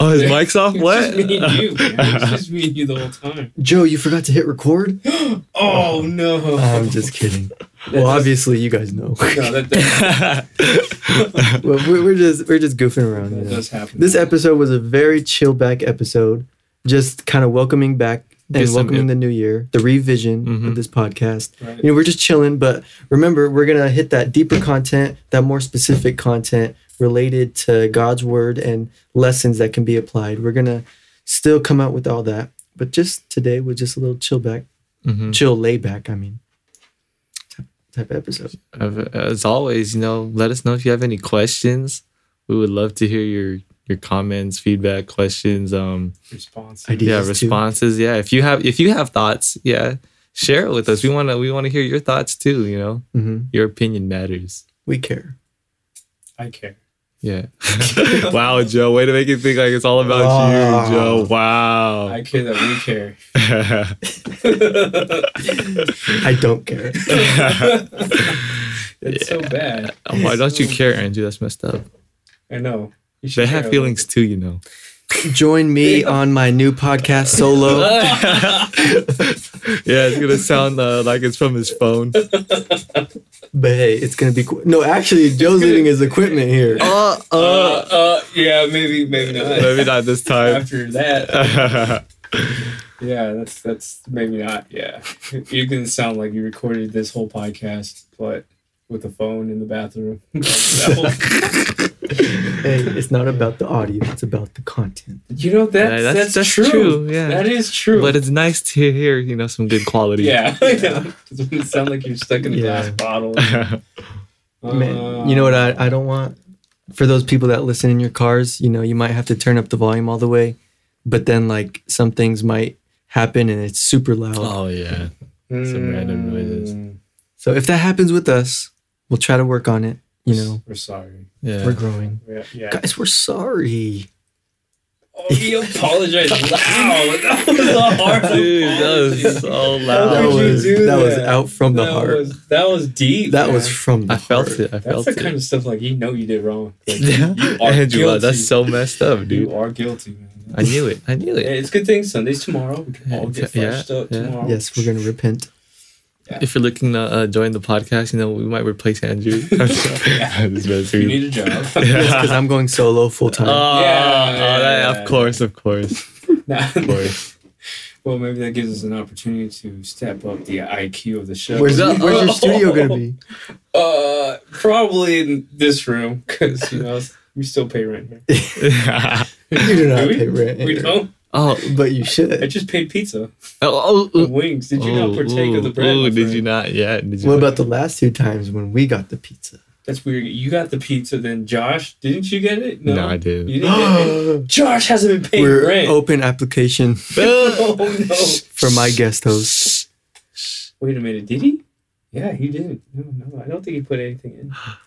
Speaker 2: Oh, his mic's off. What?
Speaker 1: It's just me and you. Man. It's just me and you the whole time.
Speaker 3: Joe, you forgot to hit record.
Speaker 1: Oh no.
Speaker 3: I'm just kidding. Well, obviously you guys know.
Speaker 1: No, that, that,
Speaker 3: well, we're, we're just we're just goofing around. you
Speaker 1: that
Speaker 3: know.
Speaker 1: does happen.
Speaker 3: This episode was a very chill back episode, just kind of welcoming back and
Speaker 2: Just some
Speaker 3: welcoming
Speaker 2: im-
Speaker 3: the new year, the revision
Speaker 2: Mhm.
Speaker 3: of this podcast.
Speaker 1: Right.
Speaker 3: You know, we're just chilling, but remember, we're gonna hit that deeper content, that more specific content related to God's word and lessons that can be applied. We're gonna still come out with all that, but just today was just a little chill back,
Speaker 2: Mhm.
Speaker 3: chill layback. I mean, type, type episode.
Speaker 2: As always, you know, let us know if you have any questions. We would love to hear your your comments, feedback, questions, um,
Speaker 1: response.
Speaker 3: Idea.
Speaker 2: yeah,
Speaker 3: Ideas, too.
Speaker 2: responses. Yeah, if you have if you have thoughts, yeah, share it with us. We wanna we wanna hear your thoughts too. You know,
Speaker 3: hmm
Speaker 2: your opinion matters.
Speaker 3: We care.
Speaker 1: I care.
Speaker 2: Yeah. wow, Joe, way to make it think like it's all about you,
Speaker 3: Wow.
Speaker 2: Joe. Wow.
Speaker 1: I care that we care.
Speaker 3: I don't care.
Speaker 1: It's so bad.
Speaker 2: Why don't you
Speaker 1: So-
Speaker 2: care, Andrew? That's messed up.
Speaker 1: I know. You should
Speaker 2: They
Speaker 1: care
Speaker 2: have
Speaker 1: about
Speaker 2: feelings too, you know.
Speaker 3: Join me on my new podcast solo.
Speaker 2: yeah, it's gonna sound uh, like it's from his phone.
Speaker 3: But hey, it's gonna be cool. No, actually, Joe's leaving his equipment here.
Speaker 2: Uh,
Speaker 1: it. Uh, uh, yeah, maybe, maybe not.
Speaker 2: Maybe not this time.
Speaker 1: After that, yeah, that's that's maybe not. Yeah, you can sound like you recorded this whole podcast, but with a phone in the bathroom. That whole-
Speaker 3: Hey, it's not about the audio; it's about the content.
Speaker 1: you know that
Speaker 2: Yeah,
Speaker 1: that's, that's, true.
Speaker 2: Yeah,
Speaker 1: That is true.
Speaker 2: but it's nice to hear, you know, some good quality.
Speaker 1: yeah, yeah. it sound like you're stuck in a glass
Speaker 3: Yeah.
Speaker 1: bottle.
Speaker 3: Man, you know what
Speaker 1: Uh.
Speaker 3: I, I don't want? For those people that listen in your cars, you know, you might have to turn up the volume all the way, but then like some things might happen and it's super loud.
Speaker 2: oh yeah.
Speaker 1: Um,
Speaker 2: Some random noises.
Speaker 3: So if that happens with us, we'll try to work on it. You know,
Speaker 1: we're sorry.
Speaker 2: Yeah.
Speaker 3: we're growing.
Speaker 1: Yeah, yeah.
Speaker 3: Guys, we're sorry.
Speaker 1: Oh, he apologized loud. That was a hard
Speaker 2: Dude, that
Speaker 1: apology.
Speaker 2: was
Speaker 1: How
Speaker 2: so
Speaker 3: That
Speaker 1: could
Speaker 2: loud.
Speaker 1: you
Speaker 3: was
Speaker 1: do
Speaker 3: that was
Speaker 1: that?
Speaker 3: out from the
Speaker 1: that
Speaker 3: heart.
Speaker 1: Was, that was deep.
Speaker 3: that
Speaker 1: man.
Speaker 3: was from the
Speaker 2: I felt
Speaker 3: heart.
Speaker 2: it. I
Speaker 1: That's
Speaker 2: felt
Speaker 1: the
Speaker 2: it.
Speaker 1: kind of stuff like you know you did wrong. Like,
Speaker 2: Yeah.
Speaker 1: you are
Speaker 2: Andrew, wow,
Speaker 1: guilty.
Speaker 2: that's so messed up, dude.
Speaker 1: You are guilty, man.
Speaker 2: I knew it. I knew
Speaker 1: Yeah,
Speaker 2: it.
Speaker 1: it's a good thing Sunday's tomorrow. We can all get
Speaker 2: Yeah,
Speaker 1: freshed up
Speaker 2: yeah.
Speaker 1: tomorrow.
Speaker 3: Yes, we're gonna repent.
Speaker 2: If you're looking to uh, join the podcast, you know, we might replace Andrew. This is
Speaker 1: You need a job.
Speaker 3: Because I'm going solo full time.
Speaker 1: Yeah,
Speaker 2: Oh, oh,
Speaker 1: yeah,
Speaker 2: that-
Speaker 1: yeah.
Speaker 2: of course, of course,
Speaker 1: Nah.
Speaker 2: of course.
Speaker 1: well, maybe that gives us an opportunity to step up the IQ of the show.
Speaker 3: where's,
Speaker 2: that-
Speaker 3: where's your studio gonna be?
Speaker 1: Uh, probably in this room because you know we still pay rent here.
Speaker 3: You do not
Speaker 1: Do we?
Speaker 3: pay rent.
Speaker 1: We don't.
Speaker 2: oh,
Speaker 3: But you
Speaker 1: I
Speaker 3: should.
Speaker 1: just paid pizza
Speaker 2: oh,
Speaker 1: and
Speaker 2: oh,
Speaker 1: wings. Did you
Speaker 2: oh,
Speaker 1: not partake of the bread?
Speaker 2: Oh,
Speaker 1: my
Speaker 2: did
Speaker 1: friend?
Speaker 2: you not? Yeah. Did you
Speaker 3: What about the last two times when we got the pizza?
Speaker 1: That's weird. You got the pizza, then Josh, didn't you get it?
Speaker 2: No, I didn't.
Speaker 1: You didn't get it? Josh hasn't been paying
Speaker 3: We're
Speaker 1: rent.
Speaker 3: open application
Speaker 1: oh no!
Speaker 3: for my guest host.
Speaker 1: Wait a minute. Did he? Yeah, he did. No, no, I don't think he put anything in.
Speaker 2: Oh,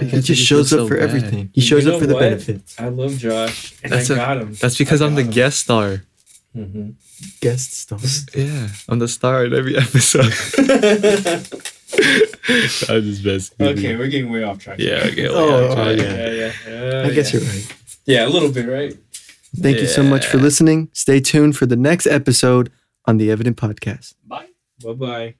Speaker 3: He just shows up for everything. He
Speaker 1: You
Speaker 3: shows
Speaker 1: know
Speaker 3: up for the
Speaker 1: what?
Speaker 3: benefits.
Speaker 1: I love Josh, and
Speaker 2: That's
Speaker 1: I
Speaker 2: a-
Speaker 1: got him.
Speaker 2: That's because
Speaker 1: I
Speaker 2: I'm the
Speaker 1: got him.
Speaker 2: guest star.
Speaker 1: Mhm.
Speaker 3: Guest stars.
Speaker 2: Yeah, I'm the star in every episode. I'm just best.
Speaker 1: okay, we're getting way off track.
Speaker 2: Mm-hmm. Yeah. Okay.
Speaker 3: Oh,
Speaker 2: yeah,
Speaker 3: oh,
Speaker 2: yeah.
Speaker 1: yeah, yeah. Uh,
Speaker 3: I guess
Speaker 1: yeah.
Speaker 3: you're right.
Speaker 1: Yeah, a little bit, right?
Speaker 3: Thank you so much for
Speaker 2: Yeah.
Speaker 3: listening. Stay tuned for the next episode on the Evident Podcast.
Speaker 1: Bye. Bye. Bye.